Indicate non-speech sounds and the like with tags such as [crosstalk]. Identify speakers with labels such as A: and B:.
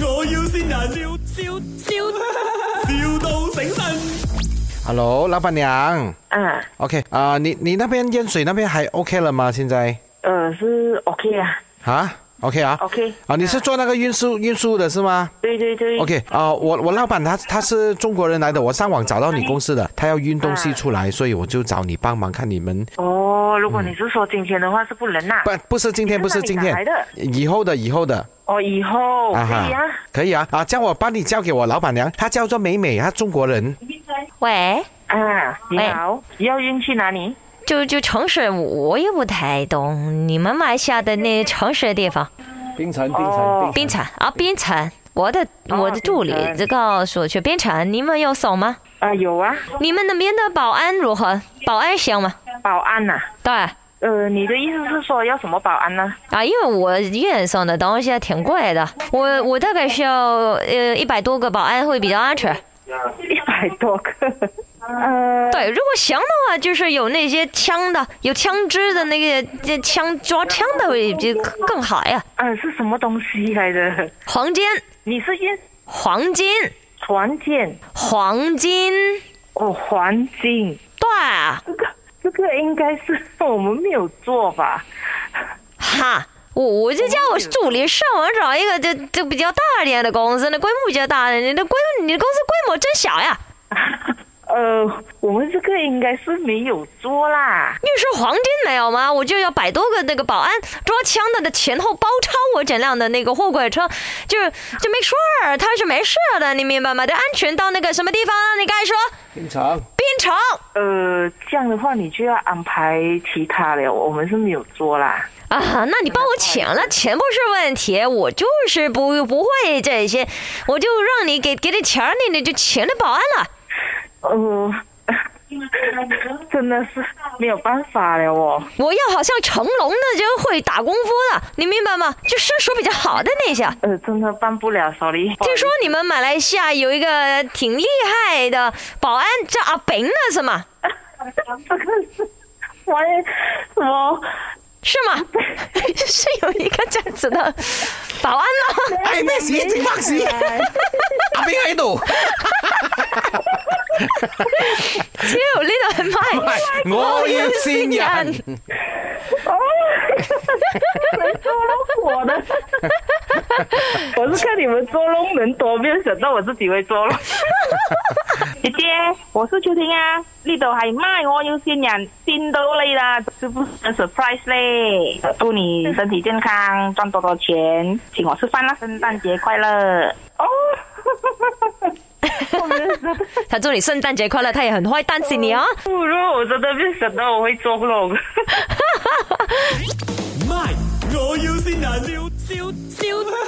A: 要先人，笑笑笑，,笑到醒神。
B: Hello，老板娘。
C: 啊，
B: OK 啊、你你那边淹水那边还 OK 了吗？现在
C: 呃，是 OK 啊
B: 啊？OK 啊
C: ，OK
B: 啊，你是做那个运输运输的是吗
C: 对对对
B: ？OK 啊，我我老板他他是中国人来的，我上网找到你公司的，他要运东西出来，所以我就找你帮忙，看你们
C: 哦，如果你是说今天的话是不能呐、
B: 嗯不不是今天不
C: 你是
B: 是
C: 哪里
B: 今天
C: 来的，
B: 以后的以后的
C: 哦，以后可以啊。
B: 可以啊啊，这样我帮你交给我老板娘，她叫做美美，她中国人。
D: 喂，
C: 啊，你
D: 喂
C: 好，要运去哪里？
D: 就就城市，我也不太懂你们马来西亚的那城市的地方，
E: 冰城，冰
C: 哦
E: 城，
D: 槟城啊，槟城。我的
C: 哦
D: 我的助理
C: 槟城
D: 就告诉我去槟城，你们有送吗？
C: 啊，有啊，
D: 你们那边的保安如何？保安行吗？
C: 保安呐、
D: 对啊，
C: 呃，你的意思是说要什么保安呢、
D: 因为我运送的东西挺贵的，我我大概需要呃一百多个保安会比较安全。
C: 一百多个。呃，
D: 对，如果行的话，就是有那些枪的，有枪支的那个这枪抓枪的会就更好呀。
C: 呃，是什么东西来的？
D: 黄金，
C: 你是运
D: 黄金，
C: 船舰
D: 黄金。
C: 哦，环境
D: 对啊，
C: 这个这个应该是我们没有做吧？
D: 哈，我我就叫我助理上网找一个就就比较大一点的公司，那规模比较大的，你的规你的公司规模真小呀。
C: 呃，我们这个应该是没有做啦。
D: 你说黄金没有吗？我就要百多个那个保安抓枪的的前后包抄我整辆的那个货柜车，就是就 make sure 他是没事的，你明白吗？就安全到那个什么地方？你刚才说
E: 冰城。
D: 槟城，
C: 呃，这样的话你就要安排其他了，我们是没有做啦。
D: 啊，那你帮我请了，钱不是问题，我就是不不会这些，我就让你给给点钱儿，你你就请了保安了。
C: 呃， [laughs] 真的是没有办法了哦。
D: 我要好像成龙的就会打功夫的，你明白吗？就身手比较好的那些。
C: 呃，真的办不了，sorry。
D: 听说你们马来西亚有一个挺厉害的保安叫阿炳的是吗？
C: [laughs] 这个是我也什么？
D: 是吗？ [laughs] 是有一个这样子的 [laughs] 保安
B: [laughs]
D: 吗？
B: 哎，咩事？整乜事？阿炳喺度，
D: 超呢度系咪？
B: 我要先人。
C: [laughs] 捉弄我的，啊我是看你们捉弄人多，没有想到我自己会捉弄。姐姐，我是秋婷啊，呢度系咪我要先人先到你啦，是不是很 surprise 嘞？祝你身体健康，赚多多钱，请我吃饭啦，圣诞节快乐！ [laughs] 哦，
D: 他祝你圣诞节快乐，他也很会担心你啊。
C: 不如我真的没有想到我会捉弄。
A: 卖，我要先人，笑笑笑，,